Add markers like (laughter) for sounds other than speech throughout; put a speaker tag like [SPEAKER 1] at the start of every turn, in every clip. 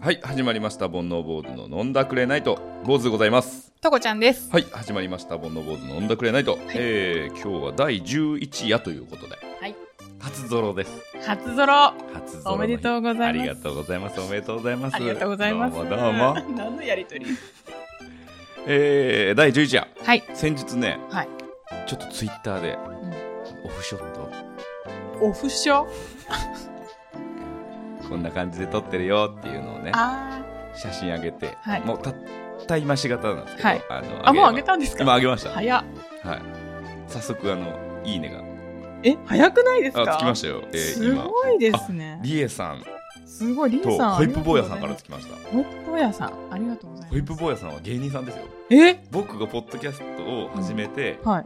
[SPEAKER 1] はい始まりました煩悩坊主の飲んだくれないと坊主でございます
[SPEAKER 2] とこちゃんです。
[SPEAKER 1] はい始まりました煩悩坊主の飲んだくれないと、えー、今日は第11夜ということで
[SPEAKER 2] はい
[SPEAKER 1] 初ゾロです
[SPEAKER 2] 初ゾロ。
[SPEAKER 1] 初ゾロ
[SPEAKER 2] おめで
[SPEAKER 1] う
[SPEAKER 2] とうござ
[SPEAKER 1] あ
[SPEAKER 2] いま
[SPEAKER 1] り
[SPEAKER 2] す。
[SPEAKER 1] がとうございますおめでとうございます
[SPEAKER 2] ありがとうございます。
[SPEAKER 1] どうもどうも、
[SPEAKER 2] (laughs) 何のやりとり。
[SPEAKER 1] えー、第11夜
[SPEAKER 2] はい。
[SPEAKER 1] 先日ね、
[SPEAKER 2] はい
[SPEAKER 1] ちょっとツイッターで
[SPEAKER 2] ん
[SPEAKER 1] オフショット
[SPEAKER 2] オフショ。
[SPEAKER 1] こんな感じで撮ってるよっていうのをね
[SPEAKER 2] あ
[SPEAKER 1] 写真あげて、
[SPEAKER 2] はい
[SPEAKER 1] もうたった今し方なんですけど、
[SPEAKER 2] はい
[SPEAKER 1] あの
[SPEAKER 2] あ。あ、もうあげ
[SPEAKER 1] ん
[SPEAKER 2] たんですか。
[SPEAKER 1] 今あげました
[SPEAKER 2] 早っ。
[SPEAKER 1] はい。早速、あの、いいね
[SPEAKER 2] え、早くないです
[SPEAKER 1] が。
[SPEAKER 2] か。
[SPEAKER 1] あ、つきましたよ。えー
[SPEAKER 2] す
[SPEAKER 1] 今、
[SPEAKER 2] ごいですね。
[SPEAKER 1] リエさん
[SPEAKER 2] すごい、リン
[SPEAKER 1] と
[SPEAKER 2] さん。
[SPEAKER 1] ホイップ坊やさんからつきました。
[SPEAKER 2] ホイップ坊やさん、ありがとうございます。
[SPEAKER 1] ホイップ坊やさんは芸人さんですよ。
[SPEAKER 2] え、
[SPEAKER 1] 僕がポッドキャストを始めて、
[SPEAKER 2] はい。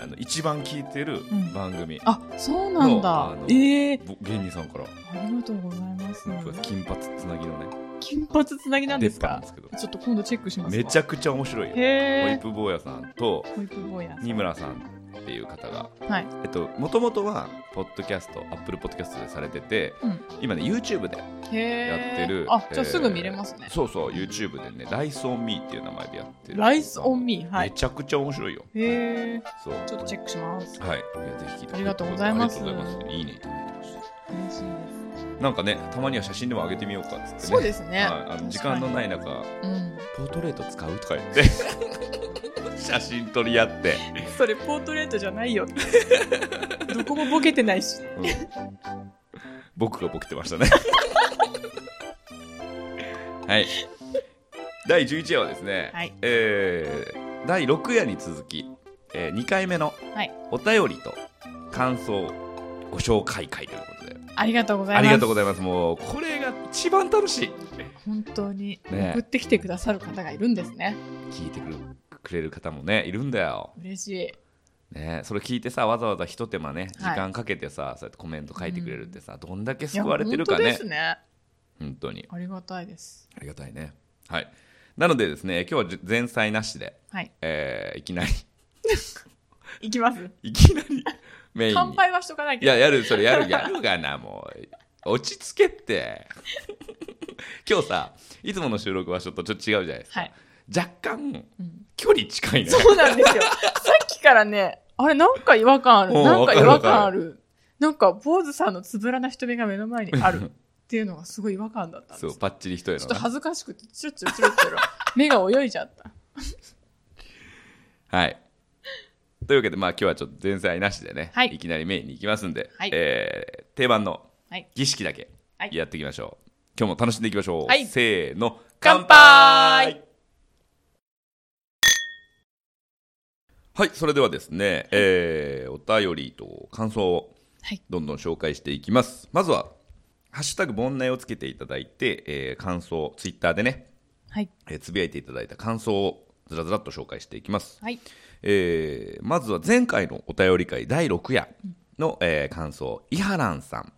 [SPEAKER 1] あの一番聞いてる
[SPEAKER 2] ん
[SPEAKER 1] 番組、
[SPEAKER 2] あ、そうなん
[SPEAKER 1] のあ
[SPEAKER 2] だ
[SPEAKER 1] の。
[SPEAKER 2] ええ、
[SPEAKER 1] ぼ芸人さんから、
[SPEAKER 2] ありがとうございます。
[SPEAKER 1] 僕は金髪つなぎのね、
[SPEAKER 2] 金髪つなぎなん
[SPEAKER 1] 出
[SPEAKER 2] で
[SPEAKER 1] っ
[SPEAKER 2] す
[SPEAKER 1] 歯なん
[SPEAKER 2] か
[SPEAKER 1] で。すけど、
[SPEAKER 2] ちょっと今度チェックします。
[SPEAKER 1] めち
[SPEAKER 2] ゃ。
[SPEAKER 1] ゃくちゃ面白いよ。ホイ
[SPEAKER 2] へ
[SPEAKER 1] ッ
[SPEAKER 2] え。
[SPEAKER 1] プ坊やさんと、
[SPEAKER 2] ホイップ坊やさん。
[SPEAKER 1] 二村さんっていう方が、
[SPEAKER 2] はい。
[SPEAKER 1] えっと、もともとは、ポッドキャスト、アップルポッドキャストでされてて、
[SPEAKER 2] うん
[SPEAKER 1] 今ね、YouTube で
[SPEAKER 2] へ
[SPEAKER 1] や
[SPEAKER 2] ー
[SPEAKER 1] ってる、
[SPEAKER 2] あ、じゃ
[SPEAKER 1] えー
[SPEAKER 2] あすぐ見れますね。
[SPEAKER 1] そうそう YouTube でね「ライスオンミーっていう名前でやってる
[SPEAKER 2] ライスオンミー。は
[SPEAKER 1] め
[SPEAKER 2] い。
[SPEAKER 1] ちゃくちゃ面白いよ
[SPEAKER 2] へえ。
[SPEAKER 1] そう
[SPEAKER 2] ちょっとチェックします。
[SPEAKER 1] はいいやぜひ聞いて
[SPEAKER 2] ありがとうございます
[SPEAKER 1] ありがとうございますいいねいただいてまし
[SPEAKER 2] 嬉しい
[SPEAKER 1] たなんかねたまには写真でも上げてみようかっつってね
[SPEAKER 2] です。そうですね。
[SPEAKER 1] はいあの時間のない中
[SPEAKER 2] うん。
[SPEAKER 1] ポートレート使うとか言って (laughs) 写真撮り合って、
[SPEAKER 2] それポートレートじ
[SPEAKER 1] (laughs)
[SPEAKER 2] ゃないよ。どこもボケてないし。
[SPEAKER 1] うん僕がボケてましたね (laughs) はい第11夜はですね、
[SPEAKER 2] はい
[SPEAKER 1] えー第6夜に続き、え2回目の
[SPEAKER 2] はい
[SPEAKER 1] お便りと感想ご紹介会ということで
[SPEAKER 2] ありがとうござい
[SPEAKER 1] あ
[SPEAKER 2] ます。
[SPEAKER 1] りがとうございますもうこれが一番楽しい
[SPEAKER 2] 本当に
[SPEAKER 1] ね
[SPEAKER 2] 送ってきてくださる方がいるんですね。
[SPEAKER 1] 聞いてくるくれる方もねいるんだよ、
[SPEAKER 2] 嬉しい。
[SPEAKER 1] ね、それ聞いてさわざわざひと手間ね時
[SPEAKER 2] はい
[SPEAKER 1] 間かけてさ、そうやってコメント書いてくれるってさ、どんだけ
[SPEAKER 2] いや
[SPEAKER 1] 救われてるか
[SPEAKER 2] 本
[SPEAKER 1] ね
[SPEAKER 2] 当ですね。
[SPEAKER 1] 本当に
[SPEAKER 2] ありがたいです。
[SPEAKER 1] ありがたいねはいなのでですね今日はじ前菜なしで、
[SPEAKER 2] はい。
[SPEAKER 1] えーいきなり (laughs)
[SPEAKER 2] いきます。
[SPEAKER 1] いきなりメインに
[SPEAKER 2] 乾杯はしとかない
[SPEAKER 1] い
[SPEAKER 2] けど。
[SPEAKER 1] や、やる、それやる、やるがな、もう。落ち着けって。今日さ、いつもの収録場所とちょっと違うじゃないですか。
[SPEAKER 2] はい。
[SPEAKER 1] 若干、
[SPEAKER 2] うん
[SPEAKER 1] 距離近いね。
[SPEAKER 2] そうなんですよ。さっきからね、あれ、なんか違和感ある。
[SPEAKER 1] うん
[SPEAKER 2] なんか
[SPEAKER 1] わ
[SPEAKER 2] 違和
[SPEAKER 1] かるわ
[SPEAKER 2] 感
[SPEAKER 1] か
[SPEAKER 2] ある。なんか、坊主さんのつぶらな瞳が目の前にあるっていうのがすごい違和感だったんです
[SPEAKER 1] そ
[SPEAKER 2] よ。
[SPEAKER 1] う、パッチリ一重
[SPEAKER 2] ち
[SPEAKER 1] の
[SPEAKER 2] ょっと
[SPEAKER 1] な。
[SPEAKER 2] 恥ずかしくて、チュッチュッチュッチュッ、目が泳いじゃった。
[SPEAKER 1] はい。というわけで、まあ今日はちょっと前菜なしでね、
[SPEAKER 2] はい
[SPEAKER 1] きなりメインに行きますんで、
[SPEAKER 2] はい
[SPEAKER 1] えー定番の
[SPEAKER 2] はい。
[SPEAKER 1] 儀式だけ
[SPEAKER 2] はい
[SPEAKER 1] やっていきましょう。今日も楽しんでいきましょう。
[SPEAKER 2] はい
[SPEAKER 1] せーの、
[SPEAKER 2] 乾杯
[SPEAKER 1] はい、それではですね、えー、お便りと感想を
[SPEAKER 2] はい
[SPEAKER 1] どんどん紹介していきます。まずは、ハッシュタグ盆内をつけていただいて、えー感想、ツイッターでね、
[SPEAKER 2] はい。
[SPEAKER 1] えーつぶやいていただいた感想をずらずらっと紹介していきます。
[SPEAKER 2] はい。
[SPEAKER 1] えーまずは前回のお便り会第6夜の、えー感想伊波蘭さん、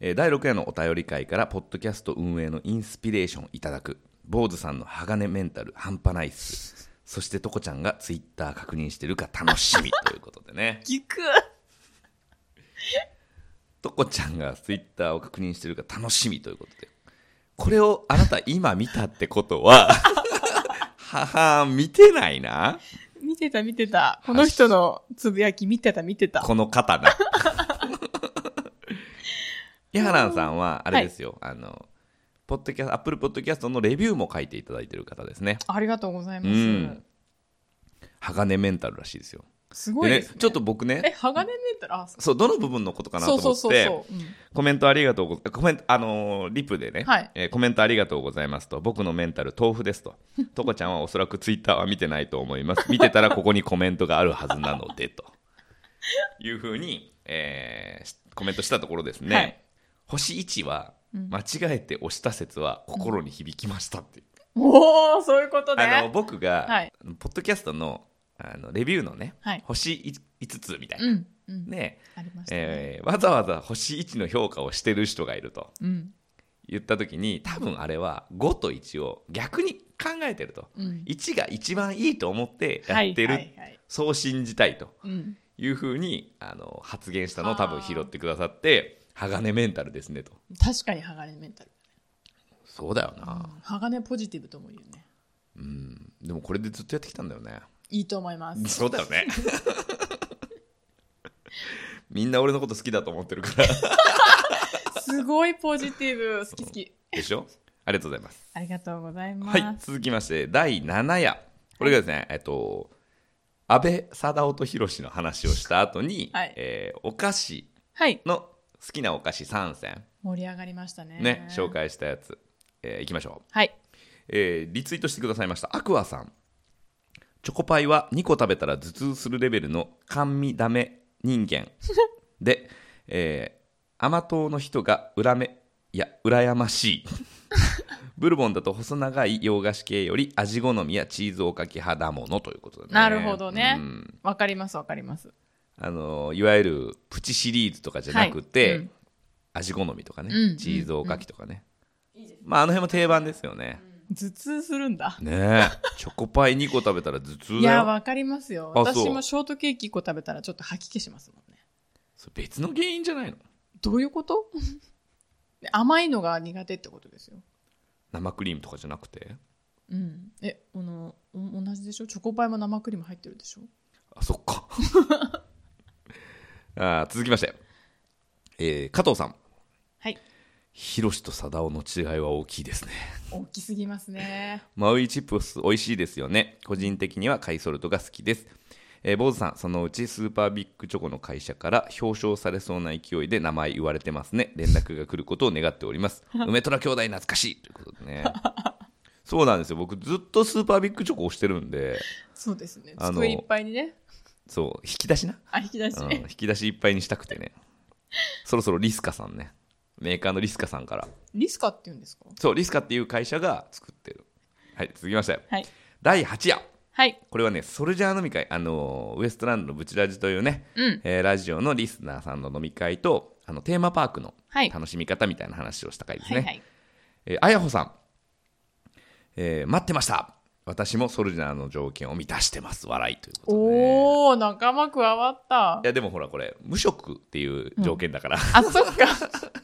[SPEAKER 1] えー第6夜のお便り会からポッドキャスト運営のインスピレーションいただく坊主さんの鋼メンタル半端ないっすそしてとこちゃんがツイッター確認してるか楽しみということで
[SPEAKER 2] (laughs)
[SPEAKER 1] ね
[SPEAKER 2] ぎく
[SPEAKER 1] とこちゃんがツイッターを確認してるか楽しみということでこれをあなた今見たってことは (laughs) ははん見てないな
[SPEAKER 2] 見てた見てた。この人のつぶやき見てた見てた。
[SPEAKER 1] この方
[SPEAKER 2] (laughs)
[SPEAKER 1] な。イハランさんは、あれですよ、あの、ポッドキャスト、アップルポッドキャストのレビューも書いていただいてる方ですね。
[SPEAKER 2] ありがとうございま
[SPEAKER 1] うん
[SPEAKER 2] す。
[SPEAKER 1] 鋼メンタルらしいですよ。
[SPEAKER 2] すごいです、ね。
[SPEAKER 1] ちょっと僕
[SPEAKER 2] え、
[SPEAKER 1] ね、
[SPEAKER 2] 鋼メンタル、あ、そ
[SPEAKER 1] そう、どの部分のことかなと
[SPEAKER 2] う
[SPEAKER 1] 思
[SPEAKER 2] そう
[SPEAKER 1] っ
[SPEAKER 2] そう
[SPEAKER 1] て、
[SPEAKER 2] そう。うん
[SPEAKER 1] コメントありがとうございます。コメント、あのーリプでね、
[SPEAKER 2] はい
[SPEAKER 1] えーコメントありがとうございますと、僕のメンタル豆腐ですと、
[SPEAKER 2] (laughs)
[SPEAKER 1] とこちゃんはおそらくツイッターは見てないと思います。見てたらここにコメントがあるはずなので、というふうに、えーしコメントしたところですね、
[SPEAKER 2] はい
[SPEAKER 1] 星1は、間違えて押した説は心に響きましたっていう。
[SPEAKER 2] おー、そういうこと
[SPEAKER 1] あの
[SPEAKER 2] ね。
[SPEAKER 1] 僕が、
[SPEAKER 2] はい
[SPEAKER 1] ポッドキャストのあのレビューのね、
[SPEAKER 2] はい
[SPEAKER 1] 星5つみたいうな、
[SPEAKER 2] ん。うん。
[SPEAKER 1] ね
[SPEAKER 2] ありましたね。
[SPEAKER 1] えーわざわざ星1の評価をしてる人がいると。
[SPEAKER 2] うん。
[SPEAKER 1] 言った時に多分あれは5と1を逆に考えてると、
[SPEAKER 2] うん
[SPEAKER 1] 1が一番いいと思ってやってる、
[SPEAKER 2] はいはいはい
[SPEAKER 1] そう信じたいと
[SPEAKER 2] うん、
[SPEAKER 1] いうふうにあの発言したのを多分
[SPEAKER 2] あー
[SPEAKER 1] 拾ってくださって鋼メンタルですねと
[SPEAKER 2] 確かに鋼メンタル。
[SPEAKER 1] そうだよな、
[SPEAKER 2] うん鋼ポジティブとも言うね
[SPEAKER 1] うん、でもこれでずっとやってきたんだよね
[SPEAKER 2] いいと思いま
[SPEAKER 1] (laughs)
[SPEAKER 2] す
[SPEAKER 1] そうだよ
[SPEAKER 2] (laughs)
[SPEAKER 1] ねみんな俺のこと好きだと思ってるから
[SPEAKER 2] すごいポジティブ好き好き
[SPEAKER 1] でしょありがとうございます
[SPEAKER 2] ありがとうございます、
[SPEAKER 1] はい、続きまして第7夜これがですね、えっと安倍貞夫と弘の話をした後に、
[SPEAKER 2] はい
[SPEAKER 1] えーお菓子
[SPEAKER 2] はい
[SPEAKER 1] の好きなお菓子3選
[SPEAKER 2] 盛り上がりましたね
[SPEAKER 1] ね、紹介したやつ、えーいきましょう、
[SPEAKER 2] はい
[SPEAKER 1] えーリツイートしてくださいましたアクアさんチョコパイは2個食べたら頭痛するレベルの甘味ダメ人
[SPEAKER 2] (laughs)
[SPEAKER 1] 間で、えー甘党の人が恨めいや羨ま
[SPEAKER 2] (laughs)
[SPEAKER 1] しいブルボンだと細長い洋菓子系より味好みやチーズおかき派だものということでね
[SPEAKER 2] なるほどね
[SPEAKER 1] うん
[SPEAKER 2] わ、かりますわかります
[SPEAKER 1] あのいわゆるプチシリーズとかじゃなくて、
[SPEAKER 2] はいうん
[SPEAKER 1] 味好みとかね、
[SPEAKER 2] うん
[SPEAKER 1] チーズおかきとかね、まああの辺も定番ですよね、
[SPEAKER 2] 頭痛するんだ
[SPEAKER 1] ねえチョコパイ2個食べたら頭痛
[SPEAKER 2] い
[SPEAKER 1] だ
[SPEAKER 2] や
[SPEAKER 1] よ
[SPEAKER 2] わかりますよ
[SPEAKER 1] あそう
[SPEAKER 2] 私もショートケーキ1個食べたらちょっと吐き気しますもんね
[SPEAKER 1] それ別の原因じゃないの
[SPEAKER 2] どういうこと (laughs) で甘いのが苦手ってことですよ
[SPEAKER 1] 生クリームとかじゃなくて
[SPEAKER 2] うんえあのお同じでしょチョコパイも生クリーム入ってるでしょ
[SPEAKER 1] あそっか (laughs) あー続きまして、えー加藤さん
[SPEAKER 2] はい
[SPEAKER 1] ヒロシとサダオの違いは大きいですね
[SPEAKER 2] 大きすぎますね
[SPEAKER 1] マウイチップス美味しいですよね個人的にはカイソルトが好きですえー、坊主さんそのうちスーパービッグチョコの会社から表彰されそうな勢いで名前言われてますね連絡が来ることを願っております梅虎兄弟懐かしいということでねそうなんですよ僕ずっとスーパービッグチョコをしてるんで
[SPEAKER 2] そうですね
[SPEAKER 1] あの
[SPEAKER 2] 机いっぱいにね
[SPEAKER 1] そう引き出しな、
[SPEAKER 2] あ引き出し、 (laughs)
[SPEAKER 1] うん、引き出しいっぱいにしたくてねそろそろリスカさんねメーカーのリスカさんから
[SPEAKER 2] リスカって言うんですか
[SPEAKER 1] そうリスカっていう会社が作ってるはい続きまして
[SPEAKER 2] はい
[SPEAKER 1] 第8夜
[SPEAKER 2] はい
[SPEAKER 1] これはね、ソルジャー飲み会、あのーウエストランドのブチラジというね、
[SPEAKER 2] うん
[SPEAKER 1] えーラジオのリスナーさんの飲み会と、あのテーマパークの
[SPEAKER 2] はい
[SPEAKER 1] 楽しみ方みたいな話をした回です
[SPEAKER 2] はいは
[SPEAKER 1] ね。
[SPEAKER 2] い
[SPEAKER 1] えーあやほさん、えー待ってました。私もソルジャーの条件を満たしてます。笑いということで、ね。
[SPEAKER 2] おお仲間加わった
[SPEAKER 1] いや、でもほら、これ、無職っていう条件だ
[SPEAKER 2] (laughs)
[SPEAKER 1] から、
[SPEAKER 2] あそっ
[SPEAKER 1] (laughs)
[SPEAKER 2] か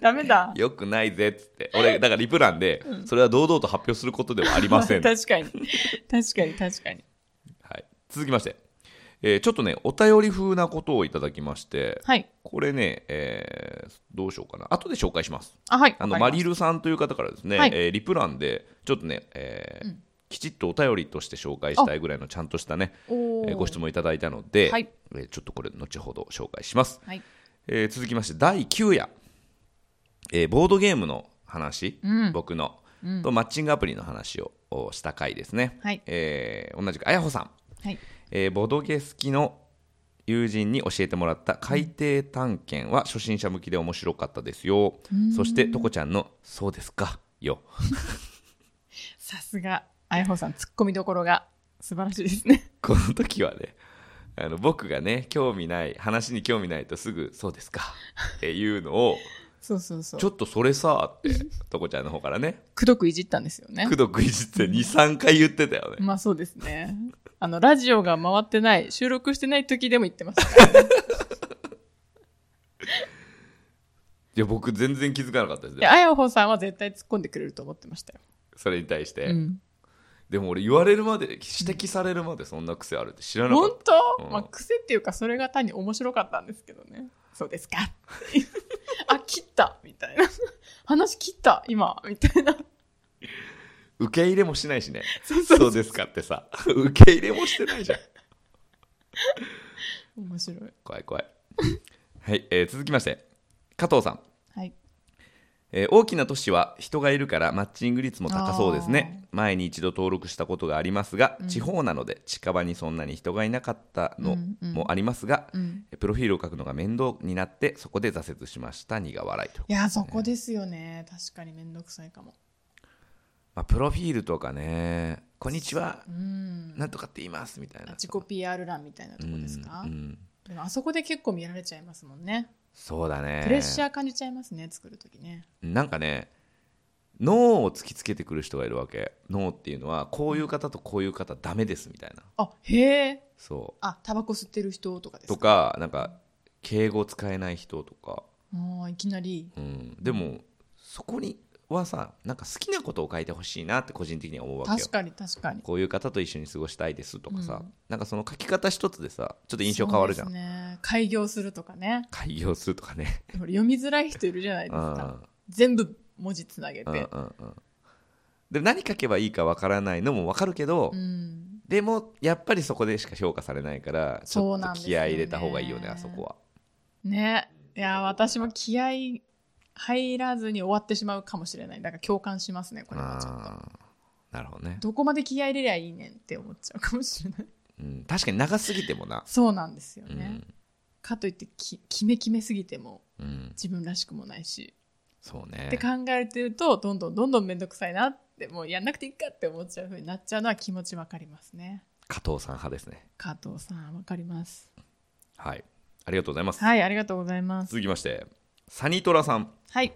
[SPEAKER 2] ダメだ
[SPEAKER 1] よくないぜっつって、俺、だからリプランで、それは堂々と発表することではありません。
[SPEAKER 2] 確かに確かに確かに
[SPEAKER 1] はい、続きまして、えーちょっとね、お便り風なことをいただきまして、
[SPEAKER 2] はい
[SPEAKER 1] これね、えーどうしようかな。後で紹介します。
[SPEAKER 2] あはい
[SPEAKER 1] あの、
[SPEAKER 2] わか
[SPEAKER 1] マ
[SPEAKER 2] り
[SPEAKER 1] リルさんという方からですね、
[SPEAKER 2] はい
[SPEAKER 1] えーリプランで、ちょっとね、えーきちっとお便りとして紹介したいぐらいのちゃんとしたね、
[SPEAKER 2] まおー
[SPEAKER 1] えーご質問いただいたので、
[SPEAKER 2] はい
[SPEAKER 1] えーちょっとこれ、後ほど紹介します。
[SPEAKER 2] はい
[SPEAKER 1] えー続きまして、第9夜、えーボードゲームの話、
[SPEAKER 2] うん
[SPEAKER 1] 僕の、とマッチングアプリの話ををした回ですね。
[SPEAKER 2] はい
[SPEAKER 1] えー同じく、あやほさん。
[SPEAKER 2] はい
[SPEAKER 1] えーボドゲ好きの友人に教えてもらった海底探検は初心者向きで面白かったですよそしてとこちゃんの「そうですか」よ (laughs)
[SPEAKER 2] さすがあやほさんツッコミどころが素晴らしいですね
[SPEAKER 1] この時はねあの僕がね興味ない話に興味ないとすぐ「そうですか」っていうのを
[SPEAKER 2] そうそう
[SPEAKER 1] 「
[SPEAKER 2] そう
[SPEAKER 1] ちょっとそれさ」って
[SPEAKER 2] (laughs)
[SPEAKER 1] とこちゃんの方からね
[SPEAKER 2] くどくいじったんですよね
[SPEAKER 1] くどくいじって23回言ってたよね
[SPEAKER 2] まあそうですねあのラジオが回ってない収録してない時でも言って
[SPEAKER 1] (laughs)
[SPEAKER 2] ましたから
[SPEAKER 1] いや僕全然気づかなかったです
[SPEAKER 2] で
[SPEAKER 1] ね
[SPEAKER 2] あやほさんは絶対突っ込んでくれると思ってましたよ、
[SPEAKER 1] それに対して、
[SPEAKER 2] うん、
[SPEAKER 1] でも俺言われるまで指摘されるまでそんな癖あるって知らなかっ
[SPEAKER 2] 本
[SPEAKER 1] た
[SPEAKER 2] 当、
[SPEAKER 1] うん
[SPEAKER 2] まあ、癖っていうかそれが単に面白かったんですけどねそうで
[SPEAKER 1] (laughs)
[SPEAKER 2] すかあ切ったみたいな話切った今みたいな
[SPEAKER 1] 受け入れもしないしね。
[SPEAKER 2] そうそう
[SPEAKER 1] そうですかってさ、受け入れもしてないじゃん。
[SPEAKER 2] 面白い
[SPEAKER 1] 怖い怖い。はい、えー続きまして、加藤さん。
[SPEAKER 2] はい
[SPEAKER 1] えー大きな都市は人がいるからマッチング率も高そうですね前に一度登録したことがありますが、地方なので近場にそんなに人がいなかったの
[SPEAKER 2] うんうん
[SPEAKER 1] もありますが、
[SPEAKER 2] うん
[SPEAKER 1] プロフィールを書くのが面倒になってそこで挫折しました苦笑いと、
[SPEAKER 2] いやそこですよね確かに面倒くさいかも
[SPEAKER 1] まあ、プロフィールとかね「こんにちは
[SPEAKER 2] うん
[SPEAKER 1] なんとかって言います」みたいな
[SPEAKER 2] 自己 PR 欄みたいなとこですか、
[SPEAKER 1] うんうん
[SPEAKER 2] でもあそこで結構見られちゃいますもんね
[SPEAKER 1] そうだね
[SPEAKER 2] プレッシャー感じちゃいますね作る時ね
[SPEAKER 1] なんかね脳を突きつけてくる人がいるわけ脳っていうのはこういう方とこういう方ダメですみたいな
[SPEAKER 2] あへえ
[SPEAKER 1] そ
[SPEAKER 2] あタバコ吸ってる人とかで
[SPEAKER 1] う
[SPEAKER 2] す
[SPEAKER 1] と
[SPEAKER 2] か
[SPEAKER 1] かなんか敬語使えない人とか、
[SPEAKER 2] あーいきなり
[SPEAKER 1] うん、でもそこにはさなんか好きなことを書いてほしいなって個人的には思うわけよ
[SPEAKER 2] 確かに確かに
[SPEAKER 1] こういう方と一緒に過ごしたいですとかさ、
[SPEAKER 2] うん
[SPEAKER 1] なんかその書き方一つでさちょっと印象変わるじゃん、
[SPEAKER 2] そうですね開業するとかね
[SPEAKER 1] 開業するとかね
[SPEAKER 2] ほら読みづらい人いるじゃない (laughs) です
[SPEAKER 1] うんうん
[SPEAKER 2] か全部文字つなげ
[SPEAKER 1] うんう
[SPEAKER 2] て
[SPEAKER 1] んで何書けばいいかわからないのもわかるけど、
[SPEAKER 2] うん
[SPEAKER 1] でもやっぱりそこでしか評価されないからちょ
[SPEAKER 2] そ
[SPEAKER 1] っ
[SPEAKER 2] うな
[SPEAKER 1] と
[SPEAKER 2] んです
[SPEAKER 1] 気
[SPEAKER 2] よね
[SPEAKER 1] 合い入れた方がいいよねあそこは
[SPEAKER 2] ねいや私も気合入らずに終わってしまうかもしれないだから共感しますねこれはちょっ
[SPEAKER 1] あーなるほどね、
[SPEAKER 2] とどこまで気合入れりゃいいねんって思っちゃうかもしれない (laughs)
[SPEAKER 1] うん、確かに長すぎてもな、
[SPEAKER 2] そうなんですよ
[SPEAKER 1] う
[SPEAKER 2] ね、
[SPEAKER 1] ん
[SPEAKER 2] かといってきキメキメすぎても
[SPEAKER 1] うん、
[SPEAKER 2] 自分らしくもないし、
[SPEAKER 1] そうね
[SPEAKER 2] って考えてるとどんどんどんどん面倒くさいなってもうやんなくていいかって思っちゃうふうになっちゃうのは気持ちわかりますね
[SPEAKER 1] 加藤さん派ですね
[SPEAKER 2] 加藤さんわかります
[SPEAKER 1] はいありがとうございます、
[SPEAKER 2] はいありがとうございます
[SPEAKER 1] 続きましてサニトラさん
[SPEAKER 2] はい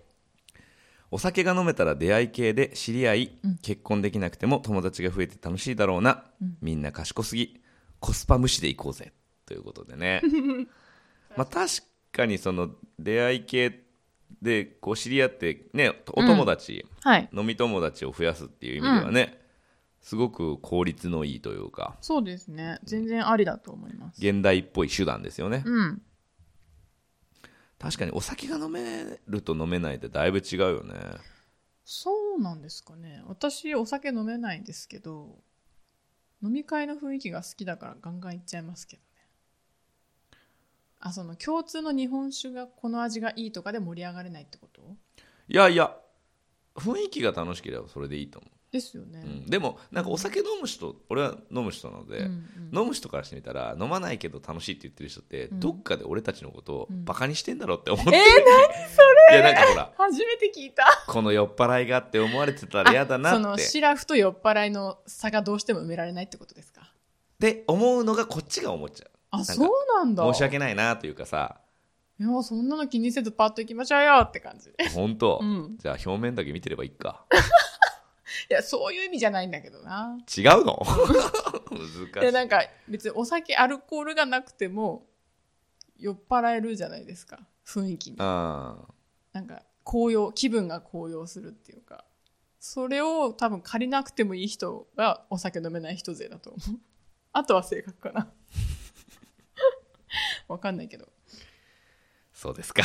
[SPEAKER 1] お酒が飲めたら出会い系で知り合い、
[SPEAKER 2] うん
[SPEAKER 1] 結婚できなくても友達が増えて楽しいだろうな、
[SPEAKER 2] うん
[SPEAKER 1] みんな賢すぎコスパ無視でいこうぜということで
[SPEAKER 2] (laughs)
[SPEAKER 1] ねまあ確かにその出会い系でこう知り合ってねお友達、
[SPEAKER 2] はい
[SPEAKER 1] 飲み友達を増やすっていう意味ではね、すごく効率のいいというか
[SPEAKER 2] そうですね全然ありだと思います
[SPEAKER 1] 現代っぽい手段ですよね、
[SPEAKER 2] うん
[SPEAKER 1] 確かにお酒が飲めると飲めないってだいぶ違うよね
[SPEAKER 2] そうなんですかね私お酒飲めないんですけど飲み会の雰囲気が好きだからガンガン行っちゃいますけどねあその共通の日本酒がこの味がいいとかで盛り上がれないってこと
[SPEAKER 1] いやいや雰囲気が楽しければそれでいいと思う
[SPEAKER 2] ですよね、
[SPEAKER 1] うんでもなんかお酒飲む人俺は飲む人なので、
[SPEAKER 2] うんうん
[SPEAKER 1] 飲む人からしてみたら飲まないけど楽しいって言ってる人って、
[SPEAKER 2] うん
[SPEAKER 1] どっかで俺たちのことを
[SPEAKER 2] うん
[SPEAKER 1] バカにしてんだろうって思っ
[SPEAKER 2] えー、
[SPEAKER 1] て、
[SPEAKER 2] な
[SPEAKER 1] や
[SPEAKER 2] い
[SPEAKER 1] なんかほら
[SPEAKER 2] 初めて聞いた
[SPEAKER 1] この酔っ払いがって思われてたら嫌だ
[SPEAKER 2] あそ
[SPEAKER 1] なっ
[SPEAKER 2] の
[SPEAKER 1] てっ
[SPEAKER 2] シラフと酔っ払いの差がどうしても埋められないってことですか
[SPEAKER 1] て思うのがこっちが思っちゃ
[SPEAKER 2] あ
[SPEAKER 1] か
[SPEAKER 2] そうなんだ
[SPEAKER 1] う申し訳ないなというか
[SPEAKER 2] (laughs)
[SPEAKER 1] さ
[SPEAKER 2] いやそんなの気にせずパッと行きましょうよって感じ
[SPEAKER 1] 本当、
[SPEAKER 2] うん
[SPEAKER 1] じゃあ表面だけ見てればいいか
[SPEAKER 2] いやそういう意味じゃないんだけどな
[SPEAKER 1] 違う
[SPEAKER 2] (laughs)
[SPEAKER 1] の難し
[SPEAKER 2] で
[SPEAKER 1] い
[SPEAKER 2] なんか別にお酒アルコールがなくても酔っ払えるじゃないですか雰囲気に
[SPEAKER 1] あー
[SPEAKER 2] なんか高揚気分が高揚するっていうかそれを多分借りなくてもいい人がお酒飲めない人勢だと思うあとは性格かな (laughs) わかんないけど
[SPEAKER 1] そうですか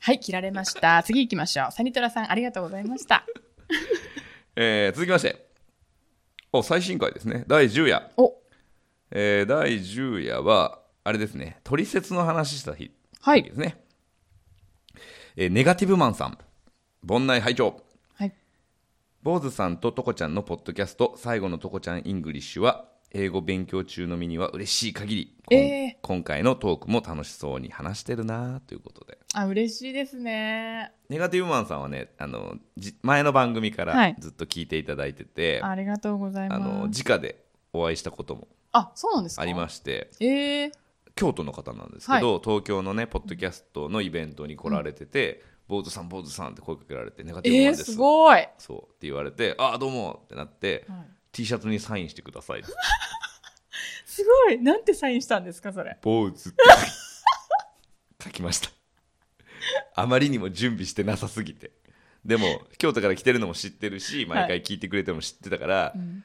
[SPEAKER 2] はい切られました次行きましょうサニトラさんありがとうございました
[SPEAKER 1] えー続きましてお最新回ですね第10夜、
[SPEAKER 2] お
[SPEAKER 1] えー第10夜はあれですね「トリセツの話した日」
[SPEAKER 2] はい
[SPEAKER 1] ですね、えーネガティブマンさん盆内拝聴
[SPEAKER 2] はい
[SPEAKER 1] 坊主さんととこちゃんのポッドキャスト最後のとこちゃんイングリッシュは英語勉強中の身には嬉しい限り、こん
[SPEAKER 2] え
[SPEAKER 1] 今回のトークも楽しそうに話してるなということで
[SPEAKER 2] あ嬉しいですね
[SPEAKER 1] ネガティブマンさんはねあのじ前の番組か
[SPEAKER 2] は
[SPEAKER 1] ら
[SPEAKER 2] い
[SPEAKER 1] ずっと聞いていただいてて、
[SPEAKER 2] ありがとうございま
[SPEAKER 1] あ
[SPEAKER 2] すあ
[SPEAKER 1] の直でお会いしたことも
[SPEAKER 2] そうなんですか
[SPEAKER 1] ありま
[SPEAKER 2] し
[SPEAKER 1] して
[SPEAKER 2] たえー、
[SPEAKER 1] 京都の方なんですけど、東京のねポッドキャストのイベントに来られてて「坊主さん坊主さん」って声かけられて「ネガティブ
[SPEAKER 2] え
[SPEAKER 1] マ
[SPEAKER 2] ー、
[SPEAKER 1] ンです」
[SPEAKER 2] すごい、はい、
[SPEAKER 1] そうって言われて「ああどうも」ってなって、T シャツにサインしてください
[SPEAKER 2] (laughs)
[SPEAKER 1] って
[SPEAKER 2] すごいなんてサインしたんですかそれ
[SPEAKER 1] 坊主って (laughs) 書きましたあまりにも準備してなさすぎてでも京都から来てるのも知ってるし毎回聞いてくれても知ってたから、
[SPEAKER 2] うん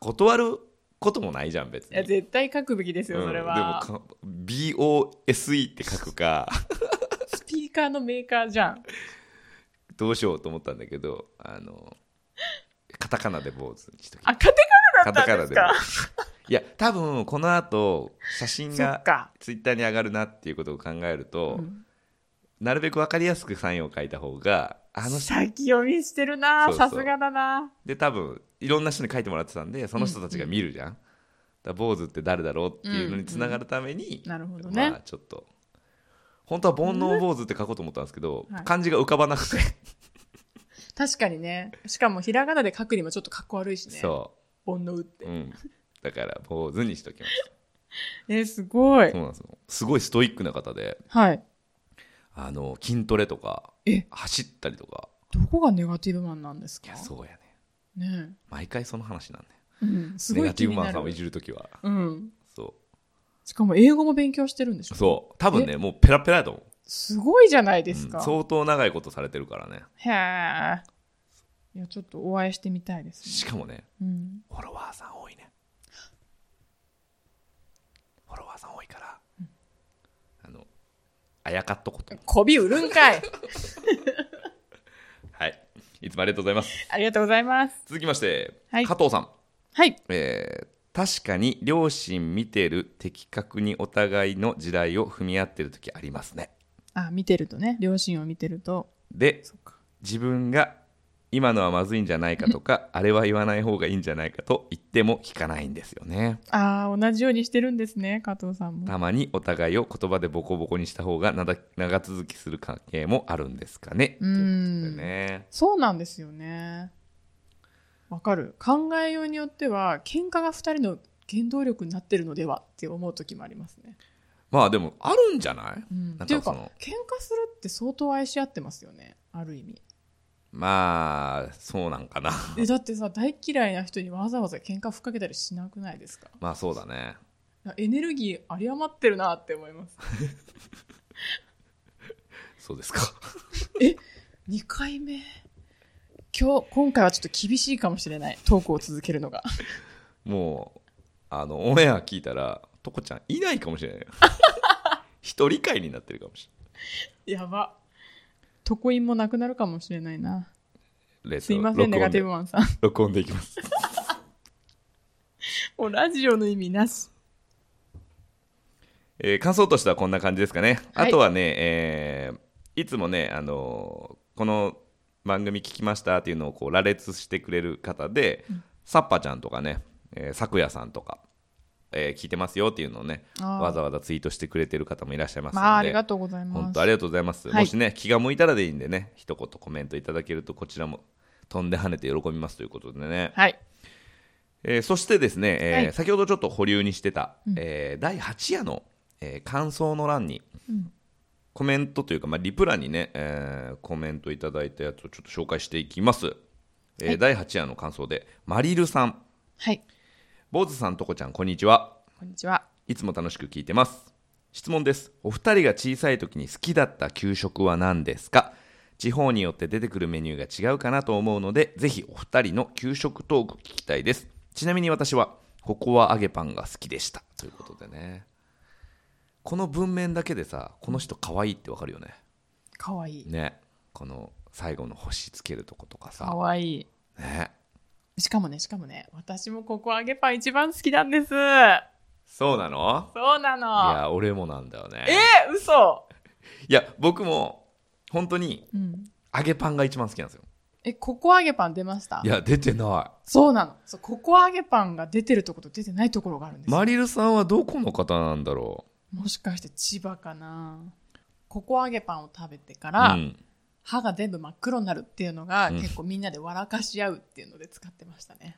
[SPEAKER 1] 断ることもないじゃん別
[SPEAKER 2] い
[SPEAKER 1] に
[SPEAKER 2] や絶対書くべきですよ、それは
[SPEAKER 1] うんでもか BOSE って書くか
[SPEAKER 2] スピーカーのメーカーじゃん
[SPEAKER 1] どうしようと思ったんだけどあのカタカナで坊主にしとき
[SPEAKER 2] あカテカ
[SPEAKER 1] カタカ
[SPEAKER 2] ルだったんで
[SPEAKER 1] ナ
[SPEAKER 2] す
[SPEAKER 1] で
[SPEAKER 2] か
[SPEAKER 1] 坊主いや多分この後写真
[SPEAKER 2] そっ
[SPEAKER 1] が
[SPEAKER 2] か、
[SPEAKER 1] ツイッターに上がるなっていうことを考えると、
[SPEAKER 2] うん
[SPEAKER 1] なるべく分かりやすくサインを書いた方があの
[SPEAKER 2] 先読みしてるな
[SPEAKER 1] そうそう
[SPEAKER 2] さすがだな
[SPEAKER 1] で多分いろんな人に書いてもらってたんでその人たちが見るじゃん、だから坊主って誰だろうっていうのにつながるために、
[SPEAKER 2] なるほどね、
[SPEAKER 1] まあちょっと本当は煩悩坊主って書こうと思ったんですけど、
[SPEAKER 2] うんはい
[SPEAKER 1] 漢字が浮かばなくて、
[SPEAKER 2] 確かにねしかもひらがなで書くにもちょっとかっこ悪いしね
[SPEAKER 1] そ
[SPEAKER 2] 煩悩って
[SPEAKER 1] う、うん、だから坊主にしときまし
[SPEAKER 2] えーすご
[SPEAKER 1] た
[SPEAKER 2] い
[SPEAKER 1] そうなんですよすごいストイックな方で
[SPEAKER 2] はい
[SPEAKER 1] あの筋トレとか
[SPEAKER 2] え
[SPEAKER 1] 走ったりとか
[SPEAKER 2] どこがネガティブマンなんです
[SPEAKER 1] い
[SPEAKER 2] か
[SPEAKER 1] やそうやね
[SPEAKER 2] ね
[SPEAKER 1] 毎回その話なんだよ
[SPEAKER 2] え、うん、す
[SPEAKER 1] ネ
[SPEAKER 2] ご
[SPEAKER 1] ガ
[SPEAKER 2] い
[SPEAKER 1] テ
[SPEAKER 2] 気
[SPEAKER 1] ィブ
[SPEAKER 2] に
[SPEAKER 1] マ
[SPEAKER 2] な
[SPEAKER 1] ン
[SPEAKER 2] る
[SPEAKER 1] さんをいじるときは
[SPEAKER 2] うん
[SPEAKER 1] そ
[SPEAKER 2] しかも英語も勉強してるんでし
[SPEAKER 1] う
[SPEAKER 2] ょ
[SPEAKER 1] そう多分ねもうペラペラだと思う
[SPEAKER 2] すごいじゃないです
[SPEAKER 1] うん
[SPEAKER 2] か、
[SPEAKER 1] 相当長いことされてるからね
[SPEAKER 2] へえいやちょっとお会いしてみたいです
[SPEAKER 1] し
[SPEAKER 2] ね、
[SPEAKER 1] かもね
[SPEAKER 2] うん、
[SPEAKER 1] フォロワーさん多いねフォロワーさん多いから、あのあやかっとこと
[SPEAKER 2] 媚び売るんかい (laughs)
[SPEAKER 1] はいいつもありがとうございます
[SPEAKER 2] ありがとうございます
[SPEAKER 1] 続きまして、
[SPEAKER 2] はい
[SPEAKER 1] 加藤さん、
[SPEAKER 2] はい
[SPEAKER 1] えー確かに両親見てる的確にお互いの地雷を踏み合ってる時ありますね
[SPEAKER 2] あ見てるとね両親を見てると
[SPEAKER 1] で
[SPEAKER 2] そっか
[SPEAKER 1] 自分が今のはまずいんじゃないかとか (laughs) あれは言わない方がいいんじゃないかと言っても聞かないんですよね
[SPEAKER 2] ああ同じようにしてるんですね加藤さんも
[SPEAKER 1] たまにお互いを言葉でボコボコにした方がなだ長続きする関係もあるんですかね
[SPEAKER 2] う
[SPEAKER 1] ということ
[SPEAKER 2] ん
[SPEAKER 1] でね
[SPEAKER 2] そうなんですよねわかる考えようによっては喧嘩が二人の原動力になってるのではって思う時もありますね、
[SPEAKER 1] まあでもあるんじゃない、
[SPEAKER 2] うん、
[SPEAKER 1] な
[SPEAKER 2] っ
[SPEAKER 1] ん
[SPEAKER 2] ていう
[SPEAKER 1] かそ
[SPEAKER 2] か喧
[SPEAKER 1] の
[SPEAKER 2] 嘩するって相当愛し合ってますよねある意味
[SPEAKER 1] まあそうなんかな
[SPEAKER 2] えだってさ大嫌いな人にわざわざ喧嘩ふっかけたりしなくないですか
[SPEAKER 1] まあそうだね
[SPEAKER 2] エネルギー有り余ってるなって思い (laughs) ます
[SPEAKER 1] そうですか
[SPEAKER 2] 2回目今日今回はちょっと厳しいかもしれないトークを続けるのが
[SPEAKER 1] もうあのオンエア聞いたらとこちゃんいないかもしれ
[SPEAKER 2] (laughs)
[SPEAKER 1] ないよ一人会になってるかもし
[SPEAKER 2] (laughs) やば床印もなくなるかもしれないな
[SPEAKER 1] れない
[SPEAKER 2] すいませんネガティブ
[SPEAKER 1] ブ
[SPEAKER 2] マンさん
[SPEAKER 1] 録音でいきます
[SPEAKER 2] (laughs) もうラジオの意味なし
[SPEAKER 1] えー感想としてはこんな感じですかね。
[SPEAKER 2] はい
[SPEAKER 1] あとはね、えーいつもね、あのーこの番組聞きましたっていうのをこう羅列してくれる方で、サッパちゃんとかね、えー、さくやさんとか、えー聞いてますよっていうのをね、
[SPEAKER 2] あー
[SPEAKER 1] わざわざツイートしてくれてる方もいらっしゃいますので、
[SPEAKER 2] まあありがとうございま
[SPEAKER 1] 本
[SPEAKER 2] す
[SPEAKER 1] 当ありがとうございます。
[SPEAKER 2] はい
[SPEAKER 1] もしね、気が向いたらでいいんでね、一言コメントいただけると、こちらも飛んで跳ねて喜びますということでね。
[SPEAKER 2] はい
[SPEAKER 1] えーそしてですね、えー
[SPEAKER 2] はい
[SPEAKER 1] 先ほどちょっと保留にしてた、えー第8夜の、えー感想の欄に、
[SPEAKER 2] ん
[SPEAKER 1] コメントというか、まあ、リプ欄にね、えーコメントいただいたやつをちょっと紹介していきます、えー
[SPEAKER 2] はい
[SPEAKER 1] 第8夜の感想でマリルさん
[SPEAKER 2] はい
[SPEAKER 1] 坊主さんとこちゃんこんにちは
[SPEAKER 2] こんにちはい
[SPEAKER 1] つも楽しく聞いてます質問ですお二人が小さい時に好きだった給食は何ですか地方によって出てくるメニューが違うかなと思うのでぜひお二人の給食トーク聞きたいですちなみに私はここは揚げパンが好きでしたということでねこの文面だけでさこの人可愛いってわかるよね
[SPEAKER 2] かわいい
[SPEAKER 1] ねこの最後の星つけるとことか
[SPEAKER 2] か
[SPEAKER 1] さ
[SPEAKER 2] わいい
[SPEAKER 1] ね
[SPEAKER 2] しかもねしかもね私もここ揚げパン一番好きなんです
[SPEAKER 1] そうなの
[SPEAKER 2] そうないの
[SPEAKER 1] や俺もなんだよね
[SPEAKER 2] えー、嘘
[SPEAKER 1] いや僕も本当に
[SPEAKER 2] うん
[SPEAKER 1] 揚げパンが一番好きなんですよ
[SPEAKER 2] え、ココ揚げパン出ました
[SPEAKER 1] いや、出てな
[SPEAKER 2] そうなの。そう、ココ揚げパンが出てるところと出てないところがあるん
[SPEAKER 1] い。
[SPEAKER 2] ですよ
[SPEAKER 1] マリルさんはどこの方なんだろ
[SPEAKER 2] もしかして千葉かなココ揚げパンを食べてか
[SPEAKER 1] う。
[SPEAKER 2] ら、
[SPEAKER 1] うん
[SPEAKER 2] 歯が全部真っ黒になるっていうのが、
[SPEAKER 1] うん
[SPEAKER 2] 結構みんなで笑かし合うっていうので使ってましたね。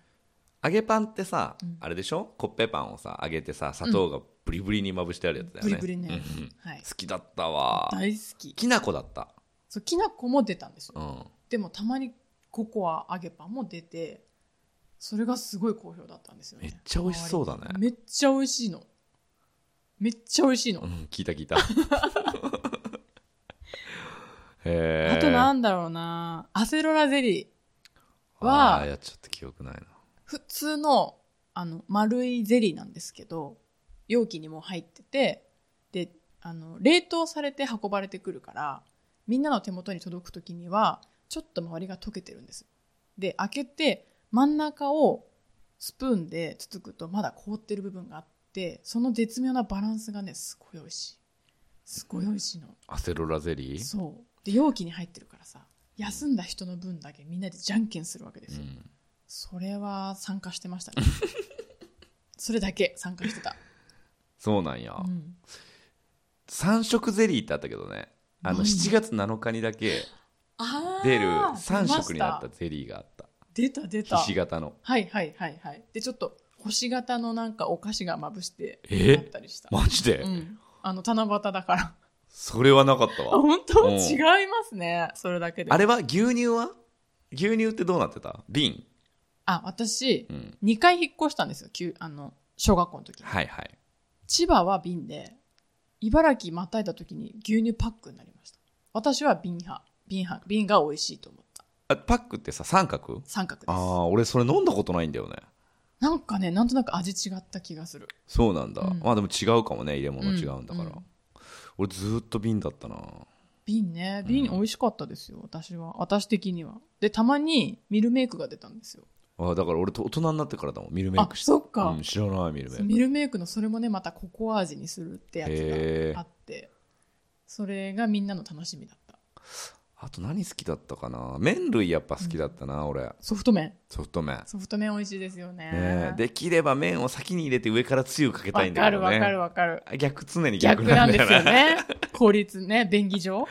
[SPEAKER 1] 揚げパンってさ、
[SPEAKER 2] うん
[SPEAKER 1] あれでしょコッペパンをさ、揚げてさ、砂糖がブリブリにまぶしてあるやつだよね。
[SPEAKER 2] ブリブリのやつ
[SPEAKER 1] うんうん
[SPEAKER 2] はい。
[SPEAKER 1] 好きだったわ。
[SPEAKER 2] 大好き。
[SPEAKER 1] きな粉だった。
[SPEAKER 2] そう、きな粉も出たんですよ。
[SPEAKER 1] うん。
[SPEAKER 2] でもたまにココア揚げパンも出て、それがすごい好評だったんですよ
[SPEAKER 1] め
[SPEAKER 2] ね。
[SPEAKER 1] っちゃ美味しそうだね。
[SPEAKER 2] めっちゃ美味しいの。めっちゃ美味しいの
[SPEAKER 1] う。ん、聞いた聞い
[SPEAKER 2] (laughs)
[SPEAKER 1] た。へえ。
[SPEAKER 2] あとなんんだろうなアセロラゼリー。は
[SPEAKER 1] や、ちょっと記憶ないな。
[SPEAKER 2] 普通の、あの、丸いゼリーなんですけど、容器にもう入ってて、で、あの、冷凍されて運ばれてくるから、みんなの手元に届く時には、ちょっと周りが溶けてるんです。で、開けて、真ん中をスプーンでつつくと、まだ凍ってる部分があって、その絶妙なバランスがね、すごい美味しい。すごい美味しいの。
[SPEAKER 1] アセロラゼリー
[SPEAKER 2] そう。で、容器に入ってるからさ、休んだ人の分だけみんなでじゃんけんするわけですよ。
[SPEAKER 1] うん
[SPEAKER 2] それは参加してました
[SPEAKER 1] (laughs)
[SPEAKER 2] ね。それだけ参加してた。
[SPEAKER 1] そうなんや。
[SPEAKER 2] うん、
[SPEAKER 1] 三色ゼリーってあったけどね。あの、
[SPEAKER 2] 何
[SPEAKER 1] 7月7日にだけ。
[SPEAKER 2] あー
[SPEAKER 1] 出る3色になっ
[SPEAKER 2] 出
[SPEAKER 1] た
[SPEAKER 2] まし
[SPEAKER 1] ゼリーがあった
[SPEAKER 2] 出た出た。
[SPEAKER 1] ひし形の
[SPEAKER 2] はいはいはいはい。で、ちょっと星型のなんかお菓子がまぶして
[SPEAKER 1] え
[SPEAKER 2] あったりした。
[SPEAKER 1] マジで、
[SPEAKER 2] うん。あの、七夕だから。
[SPEAKER 1] それはなかった
[SPEAKER 2] あ、
[SPEAKER 1] わ
[SPEAKER 2] (laughs) 本当
[SPEAKER 1] うん
[SPEAKER 2] 違いますね。それだけで。
[SPEAKER 1] あれは牛乳は牛乳ってどうなってた瓶、
[SPEAKER 2] あ、私
[SPEAKER 1] う、ん、
[SPEAKER 2] 2回引っ越したんですよ。旧あの、小学校の時に。
[SPEAKER 1] はいはい
[SPEAKER 2] 千葉は瓶で、茨城またいだ時に牛乳パックになりました。私は瓶派。瓶派。瓶が美味しいと思った。
[SPEAKER 1] あパックってさ三角
[SPEAKER 2] 三角で
[SPEAKER 1] あ
[SPEAKER 2] す
[SPEAKER 1] あ俺それ飲んだことないんだよね
[SPEAKER 2] なんかねなんとなく味違った気がする
[SPEAKER 1] そうなんだ、
[SPEAKER 2] うん
[SPEAKER 1] まあでも違うかもね入れ物違うんだから、
[SPEAKER 2] うんうん
[SPEAKER 1] 俺ずーっと瓶だったな
[SPEAKER 2] 瓶ね瓶美味しかったですよ、私は私的にはでたまにミルメイクが出たんですよ
[SPEAKER 1] あーだから俺と大人になってからだもんミルメイ
[SPEAKER 2] あ
[SPEAKER 1] クし
[SPEAKER 2] そっ
[SPEAKER 1] う
[SPEAKER 2] か、
[SPEAKER 1] ん、知らないミルメイ
[SPEAKER 2] そう
[SPEAKER 1] ク
[SPEAKER 2] ミルメイクのそれもねまたココア味にするってや
[SPEAKER 1] へ
[SPEAKER 2] つ
[SPEAKER 1] ー
[SPEAKER 2] があってそれがみんなの楽しみだった
[SPEAKER 1] あと何好きだったかな麺類やっぱ好きだったな、俺
[SPEAKER 2] ソフト麺
[SPEAKER 1] ソフト麺、
[SPEAKER 2] ソフト麺美味しいですよね
[SPEAKER 1] ねえ、できれば麺を先に入れて上からつゆかけた
[SPEAKER 2] わ
[SPEAKER 1] いんだ
[SPEAKER 2] か
[SPEAKER 1] け
[SPEAKER 2] る
[SPEAKER 1] どね
[SPEAKER 2] わかるわかる
[SPEAKER 1] 逆常に
[SPEAKER 2] 逆
[SPEAKER 1] 逆な
[SPEAKER 2] な
[SPEAKER 1] んん
[SPEAKER 2] で
[SPEAKER 1] だ
[SPEAKER 2] すよ
[SPEAKER 1] よね
[SPEAKER 2] ね効率ね便宜上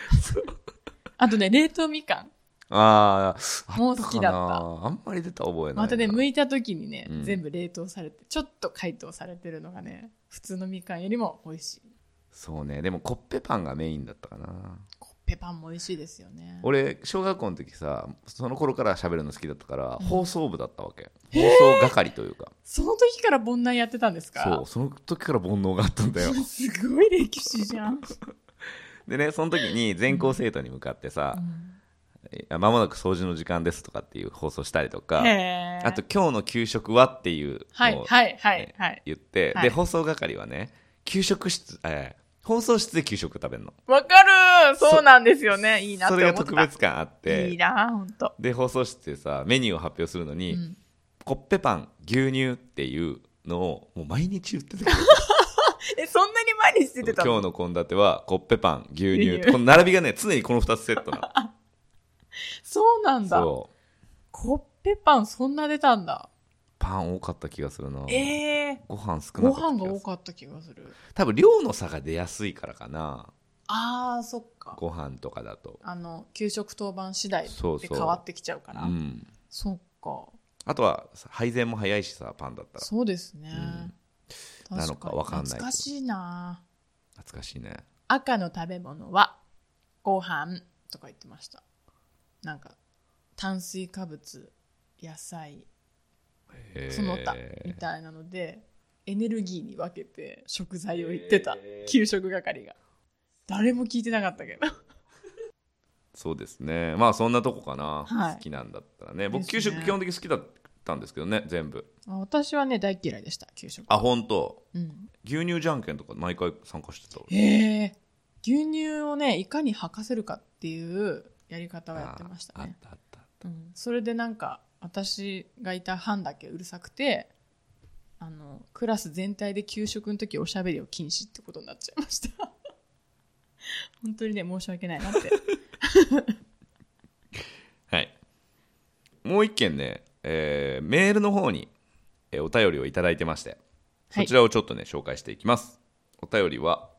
[SPEAKER 2] あとね冷凍みかん
[SPEAKER 1] ああ
[SPEAKER 2] もう好きだった
[SPEAKER 1] あんまり出た覚えないな
[SPEAKER 2] またね剥いた時にね、
[SPEAKER 1] うん
[SPEAKER 2] 全部冷凍されてちょっと解凍されてるのがね普通のみかんよりも美味しい
[SPEAKER 1] そうねでもコッペパンがメインだったかな
[SPEAKER 2] コッペパンも美味しいですよね
[SPEAKER 1] 俺小学校の時さその頃から喋るの好きだったから、
[SPEAKER 2] うん
[SPEAKER 1] 放送部だったわけ放送係というか、
[SPEAKER 2] その時から盆内やってたんですか
[SPEAKER 1] そうその時から煩悩があったんだ
[SPEAKER 2] (laughs)
[SPEAKER 1] よ
[SPEAKER 2] すごい歴史じゃん、
[SPEAKER 1] でねその時に全校生徒に向かってさ「
[SPEAKER 2] う
[SPEAKER 1] まもなく掃除の時間です」とかっていう放送したりとか
[SPEAKER 2] ん、へー
[SPEAKER 1] あと「今日の給食は?」っていう
[SPEAKER 2] はい
[SPEAKER 1] のを
[SPEAKER 2] はいはいはい
[SPEAKER 1] 言って、
[SPEAKER 2] はい
[SPEAKER 1] で放送係はね給食室、えー放送室で給食食べるの
[SPEAKER 2] わかるそうなんですよねいいなって
[SPEAKER 1] そ
[SPEAKER 2] 思っ
[SPEAKER 1] れ
[SPEAKER 2] た
[SPEAKER 1] が特別感あって
[SPEAKER 2] いいなほんと、
[SPEAKER 1] で放送室でさメニューを発表するの
[SPEAKER 2] う
[SPEAKER 1] に、
[SPEAKER 2] ん、
[SPEAKER 1] コッペパン牛乳っていうのをもう毎日言って
[SPEAKER 2] (laughs)
[SPEAKER 1] た
[SPEAKER 2] えそんなに毎日出てた
[SPEAKER 1] 今
[SPEAKER 2] の
[SPEAKER 1] 日の献立はコッペパン牛乳
[SPEAKER 2] 牛乳
[SPEAKER 1] この並びがね常にこの2つセットな
[SPEAKER 2] そう (laughs) なん
[SPEAKER 1] の
[SPEAKER 2] だ
[SPEAKER 1] そう
[SPEAKER 2] コッペパンそんな出たんだ
[SPEAKER 1] パン多かった気がするな
[SPEAKER 2] ええ
[SPEAKER 1] ご飯少な
[SPEAKER 2] ご
[SPEAKER 1] かった気
[SPEAKER 2] 飯が
[SPEAKER 1] が
[SPEAKER 2] 多
[SPEAKER 1] する
[SPEAKER 2] かった気がする
[SPEAKER 1] 多分量の差が出やすいからかな
[SPEAKER 2] あーそっか
[SPEAKER 1] ご飯とかだと
[SPEAKER 2] あの給食当番次第
[SPEAKER 1] そう
[SPEAKER 2] で
[SPEAKER 1] そう
[SPEAKER 2] 変わってきちゃうから
[SPEAKER 1] うん
[SPEAKER 2] そっか
[SPEAKER 1] あとは配膳も早いしさパンだったら
[SPEAKER 2] そうですね、
[SPEAKER 1] うんなのかわかんないけど
[SPEAKER 2] 懐かしいな
[SPEAKER 1] 懐かしいね
[SPEAKER 2] 赤の食べ物はご飯とか言ってましたなんか炭水化物野菜
[SPEAKER 1] へー
[SPEAKER 2] その他みたいなのでエネルギーに分けて食材を言ってた給食係が誰も聞いてなかったけど (laughs)
[SPEAKER 1] そうですねまあそんなとこかな、
[SPEAKER 2] はい
[SPEAKER 1] 好きなんだったらね僕
[SPEAKER 2] ですね
[SPEAKER 1] 給食基本的に好きだったんですけどね全部
[SPEAKER 2] あ私はね大嫌いでした給食
[SPEAKER 1] あ本当
[SPEAKER 2] うん
[SPEAKER 1] 牛乳じゃんけんとか毎回参加してた俺
[SPEAKER 2] へえ牛乳をねいかに吐かせるかっていうやり方をやってました
[SPEAKER 1] ああっ
[SPEAKER 2] ね
[SPEAKER 1] たあった
[SPEAKER 2] うん、それでなんか私がいた班だけうるさくてあのクラス全体で給食の時おしゃべりを禁止ってことになっちゃいました (laughs) 本当にね申し訳ないなって
[SPEAKER 1] はい。もう一件ね、えーメールの方に、えーお便りをいただいてまして、
[SPEAKER 2] はい
[SPEAKER 1] そちらをちょっとね、紹介していきます。お便りは、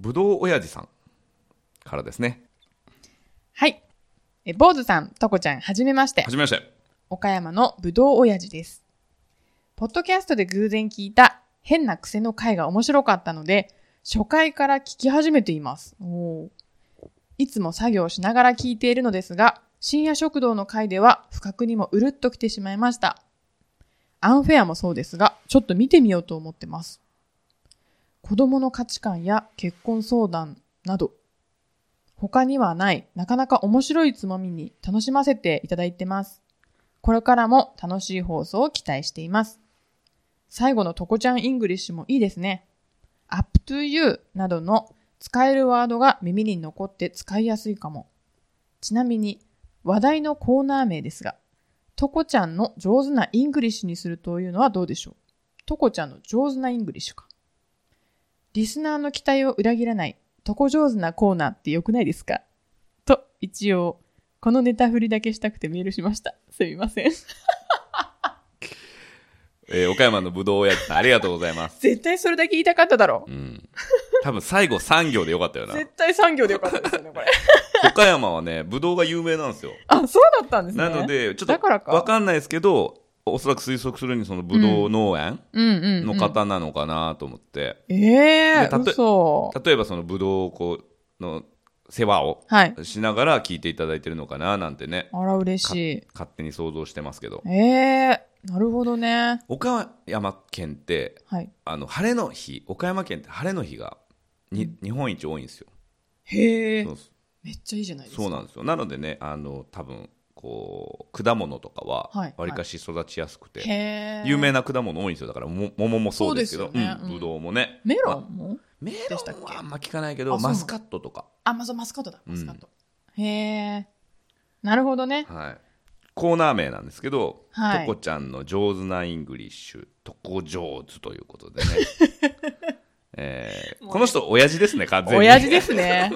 [SPEAKER 1] ぶどうおやじさんからですね。
[SPEAKER 2] はいえ坊主さんとこちゃんはじめまして
[SPEAKER 1] はじめまして。
[SPEAKER 2] 岡山のぶどう親父です。ポッドキャストで偶然聞いた変な癖の回が面白かったので、初回から聞き始めています。おーいつも作業しながら聞いているのですが、深夜食堂の回では不覚にもうるっと来てしまいました。アンフェアもそうですが、ちょっと見てみようと思ってます。子供の価値観や結婚相談など、他にはない、なかなか面白いつまみに楽しませていただいてます。これからも楽しい放送を期待しています。最後のとこちゃんイングリッシュもいいですね。up to you などの使えるワードが耳に残って使いやすいかも。ちなみに話題のコーナー名ですが、とこちゃんの上手なイングリッシュにするというのはどうでしょうとこちゃんの上手なイングリッシュか。リスナーの期待を裏切らない、とこ上手なコーナーって良くないですかと、一応、このネタ振りだけしたくてメールしました。すみません。
[SPEAKER 1] えー岡山のぶどうおやじさん、ありがとうございます。
[SPEAKER 2] (laughs) 絶対それだけ言いたかっただろ
[SPEAKER 1] う。ん。多分最後3行でよかったよな。
[SPEAKER 2] 絶対産業でよかったですよね、これ。
[SPEAKER 1] 岡山はね、ぶどうが有名なんですよ。
[SPEAKER 2] (laughs) あ、そうだったんですね。
[SPEAKER 1] なの、で、ちょっ
[SPEAKER 2] だから
[SPEAKER 1] と
[SPEAKER 2] か
[SPEAKER 1] わかんないですけど、おそらく推測するにそのぶどう農園
[SPEAKER 2] うんうん、うん。
[SPEAKER 1] の。方なのかなと思って、
[SPEAKER 2] ええー、
[SPEAKER 1] で例え
[SPEAKER 2] 嘘。
[SPEAKER 1] 例えばそのぶどうをこうの世話を
[SPEAKER 2] はい。
[SPEAKER 1] しながら聞いていただいてるのかななんてね
[SPEAKER 2] あら、嬉しい。
[SPEAKER 1] 勝手に想像してますけど
[SPEAKER 2] ええー、なるほどね。
[SPEAKER 1] 岡山県って
[SPEAKER 2] はい。
[SPEAKER 1] あの晴れの日岡山県って晴れの日がに、日本一多いんですよ
[SPEAKER 2] へえ
[SPEAKER 1] そう。
[SPEAKER 2] めっちゃいいじゃないですか。
[SPEAKER 1] そうなんですよなのでねあの多分ここう果物とか
[SPEAKER 2] はいは
[SPEAKER 1] はいわりかし育ちやすくて、
[SPEAKER 2] へえ
[SPEAKER 1] 有名な果物多いんですよだからも桃もそうですけど
[SPEAKER 2] そうですよね
[SPEAKER 1] うん
[SPEAKER 2] うん
[SPEAKER 1] ぶどうもね
[SPEAKER 2] メロ
[SPEAKER 1] まあ
[SPEAKER 2] ンも
[SPEAKER 1] メ
[SPEAKER 2] でした
[SPEAKER 1] ロ
[SPEAKER 2] っ
[SPEAKER 1] ン
[SPEAKER 2] け
[SPEAKER 1] はあんま聞かないけ
[SPEAKER 2] あそ
[SPEAKER 1] ど
[SPEAKER 2] うなの
[SPEAKER 1] マスカットとか、
[SPEAKER 2] あまずマスカットだマスカット、へえなるほどね
[SPEAKER 1] はい、コーナー名なんですけど、
[SPEAKER 2] はい
[SPEAKER 1] とこちゃんの上手なイングリッシュとこ上手ということで
[SPEAKER 2] (laughs)
[SPEAKER 1] ね、えーこの人親父ですね完全に
[SPEAKER 2] 親父ですすね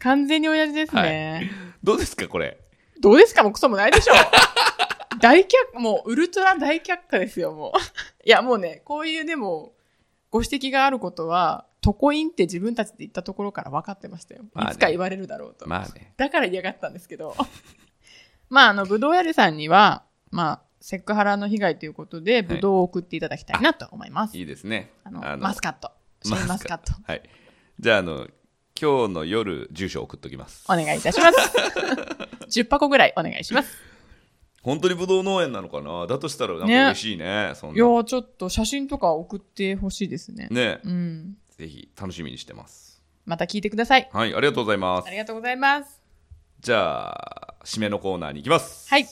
[SPEAKER 2] 完全に親父ですね、
[SPEAKER 1] (laughs) どうですかこれ
[SPEAKER 2] どうですかもうクソもないでしょ大却もうウルトラ大却下ですよもういやもうねこういうでもご指摘があることはトコインって自分たちで言ったところから分かってましたよ、
[SPEAKER 1] まあね
[SPEAKER 2] いつか言われるだろうと、
[SPEAKER 1] まあね
[SPEAKER 2] だから嫌がったんですけど (laughs) まああのぶどうやりさんにはまあセクハラの被害ということでぶどうを送っていただきたいなと思います、
[SPEAKER 1] いいですね
[SPEAKER 2] あのマスカットシェインマスカット
[SPEAKER 1] はいじゃああの今日の夜住所送っときます
[SPEAKER 2] お願いいたします (laughs) 10箱ぐらいお願いします
[SPEAKER 1] 本当にぶどう農園なのかなだとしたらなんか
[SPEAKER 2] ね
[SPEAKER 1] 嬉しいねそん
[SPEAKER 2] いや
[SPEAKER 1] な
[SPEAKER 2] ーちょっと写真とか送ってほしいですね。
[SPEAKER 1] ね
[SPEAKER 2] うん。
[SPEAKER 1] ぜひ楽しみにしてます
[SPEAKER 2] また聞いてください。
[SPEAKER 1] はいありがとうございます
[SPEAKER 2] ありがとうございます。
[SPEAKER 1] じゃあ締めのコーナーに行きます
[SPEAKER 2] はい。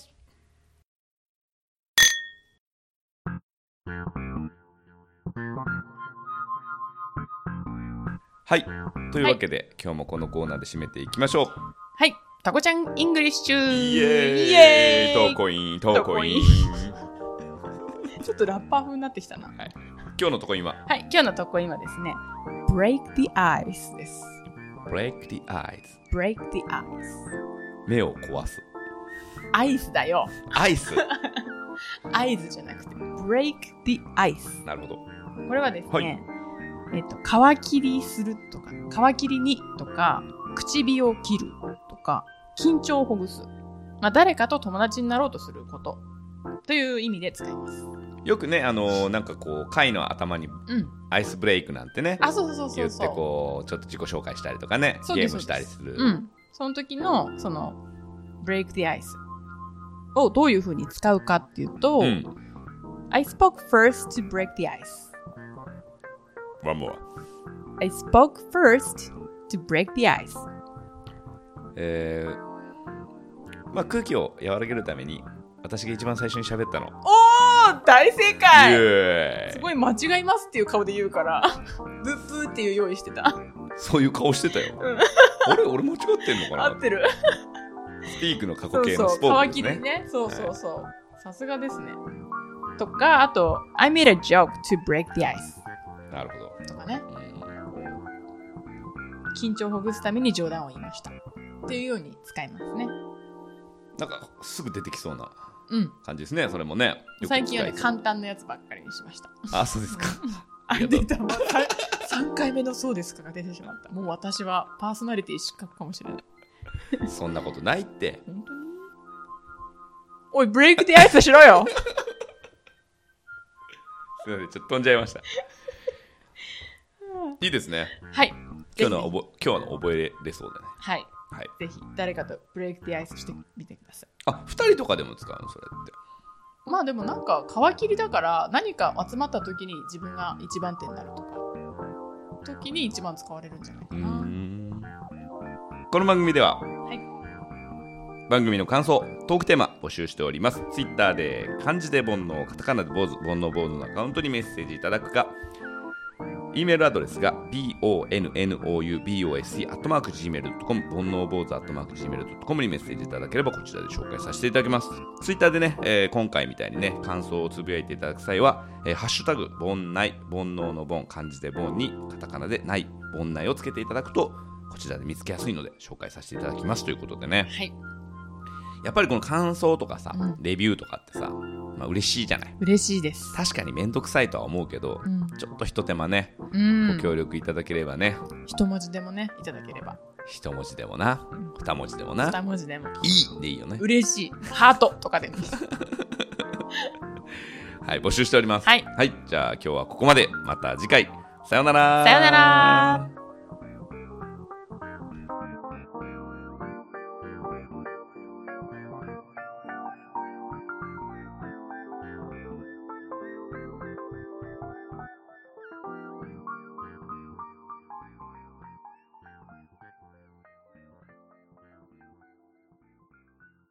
[SPEAKER 1] はいというわけで、今日もこのコーナーで締めていきましょう
[SPEAKER 2] はい。タコちゃんイングリッシュ
[SPEAKER 1] イエーイ
[SPEAKER 2] イエー
[SPEAKER 1] ト
[SPEAKER 2] イ
[SPEAKER 1] ーコイントーコイン
[SPEAKER 2] ちょっとラッパー風になってきたな。はい。
[SPEAKER 1] 今日のトコインは
[SPEAKER 2] 今日のとこ今ですね。Break the ice です。
[SPEAKER 1] Break the eyes
[SPEAKER 2] Break the ice。
[SPEAKER 1] 目を壊す
[SPEAKER 2] アイスだよ。
[SPEAKER 1] アイス
[SPEAKER 2] アイスじゃなくて、Break the ice。
[SPEAKER 1] なるほど
[SPEAKER 2] これはですね、
[SPEAKER 1] はい
[SPEAKER 2] えっと、皮切りするとか、皮切りにとか、唇を切るとか、緊張をほぐす。まあ、誰かと友達になろうとすること。という意味で使います。
[SPEAKER 1] よくねあのーなんかこう貝の頭に
[SPEAKER 2] うん。
[SPEAKER 1] アイスブレイクなんてね
[SPEAKER 2] あ、そうそうそうそ
[SPEAKER 1] 言
[SPEAKER 2] う。
[SPEAKER 1] ってこうちょっと自己紹介したりとかね
[SPEAKER 2] そう
[SPEAKER 1] ゲ
[SPEAKER 2] です
[SPEAKER 1] ームしたりする
[SPEAKER 2] うん。その時の、その、break the ice をどういうふうに使うかっていうと、
[SPEAKER 1] うん、
[SPEAKER 2] I spoke first to break the ice.I
[SPEAKER 1] One more
[SPEAKER 2] spoke first to break the ice.
[SPEAKER 1] えーまあ、空気を和らげるために私が一番最初に喋ったの、
[SPEAKER 2] おー大正解
[SPEAKER 1] イエーイ
[SPEAKER 2] すごい間違いますっていう顔で言うから、 (laughs) ブッブーっていう用意してた。
[SPEAKER 1] そういう顔してたよ、
[SPEAKER 2] うん
[SPEAKER 1] あれ俺間違ってんの
[SPEAKER 2] 合
[SPEAKER 1] か
[SPEAKER 2] っ
[SPEAKER 1] な
[SPEAKER 2] てる。
[SPEAKER 1] スピークの過
[SPEAKER 2] そ
[SPEAKER 1] 去
[SPEAKER 2] う
[SPEAKER 1] 形
[SPEAKER 2] そ
[SPEAKER 1] の
[SPEAKER 2] う
[SPEAKER 1] スポー
[SPEAKER 2] 皮
[SPEAKER 1] ツ
[SPEAKER 2] 切
[SPEAKER 1] で
[SPEAKER 2] り
[SPEAKER 1] すね
[SPEAKER 2] ね。そうそうそう。さすがですね。とか、あと、I made a joke to break the ice
[SPEAKER 1] なるほど、
[SPEAKER 2] とかね。
[SPEAKER 1] うん
[SPEAKER 2] 緊張をほぐすために冗談を言いました。っていうように使いますね。
[SPEAKER 1] なんかすぐ出てきそうな
[SPEAKER 2] うん。
[SPEAKER 1] 感じですねそれもねよく使い
[SPEAKER 2] 最近はね、
[SPEAKER 1] そう
[SPEAKER 2] 簡単なやつばっかりにしました。
[SPEAKER 1] あそう
[SPEAKER 2] (laughs)
[SPEAKER 1] ですか
[SPEAKER 2] あ、
[SPEAKER 1] りがと
[SPEAKER 2] 出
[SPEAKER 1] う
[SPEAKER 2] た。3回 (laughs) 目のそうですかが出てしまった。もう私はパーソナリティ失格かもしれない。
[SPEAKER 1] そんなことないって
[SPEAKER 2] 本当におい、ブレイクディアイスしろよ
[SPEAKER 1] すいませんちょっと飛んじゃいましたいいですね
[SPEAKER 2] はい。
[SPEAKER 1] 今日の
[SPEAKER 2] ぜひ
[SPEAKER 1] 覚え今日の覚えれそうだね
[SPEAKER 2] はい。
[SPEAKER 1] はい
[SPEAKER 2] ぜひ、誰かとブレイクディアイスしてみてくださ
[SPEAKER 1] あ二人とかでも使うのそれって
[SPEAKER 2] い。まあでもなんか、皮切りだから、何か集まった時に自分が一番手になるとか、時に一番使われるんじゃないか
[SPEAKER 1] うー
[SPEAKER 2] な。
[SPEAKER 1] んこの番組では、
[SPEAKER 2] い
[SPEAKER 1] 番組の感想トークテーマ募集しておりますツイッターで漢字で煩悩カタカナで坊主煩悩坊主のアカウントにメッセージいただくか E メールアドレスが bonoubose.gmail.com 煩悩坊主 .gmail.com にメッセージいただければこちらで紹介させていただきますツイッターでね、えー今回みたいにね感想をつぶやいていただく際は「えーハッシュタグ煩内煩悩の煩漢字で煩にカタカナでない煩内」をつけていただくとこちらで見つけやすいので紹介させていただきますということでね
[SPEAKER 2] はい。
[SPEAKER 1] やっぱりこの感想とかさ、
[SPEAKER 2] うん
[SPEAKER 1] レビューとかってさ、まあ、嬉しいじゃない
[SPEAKER 2] 嬉しいです。
[SPEAKER 1] 確かにめんどくさいとは思うけど、
[SPEAKER 2] うん。
[SPEAKER 1] ちょっとひと手間ね
[SPEAKER 2] うん
[SPEAKER 1] ご。協力いただければね、
[SPEAKER 2] 一文字でもね、いただければ。
[SPEAKER 1] 一文字でもな
[SPEAKER 2] うん
[SPEAKER 1] 二文字でも
[SPEAKER 2] 二
[SPEAKER 1] な
[SPEAKER 2] 文字でも。
[SPEAKER 1] いいでいいよね
[SPEAKER 2] 嬉しい。ハートとかでも。
[SPEAKER 1] はい募集しております
[SPEAKER 2] はい
[SPEAKER 1] じゃあ今日はここまでまた次回さようなら
[SPEAKER 2] さようなら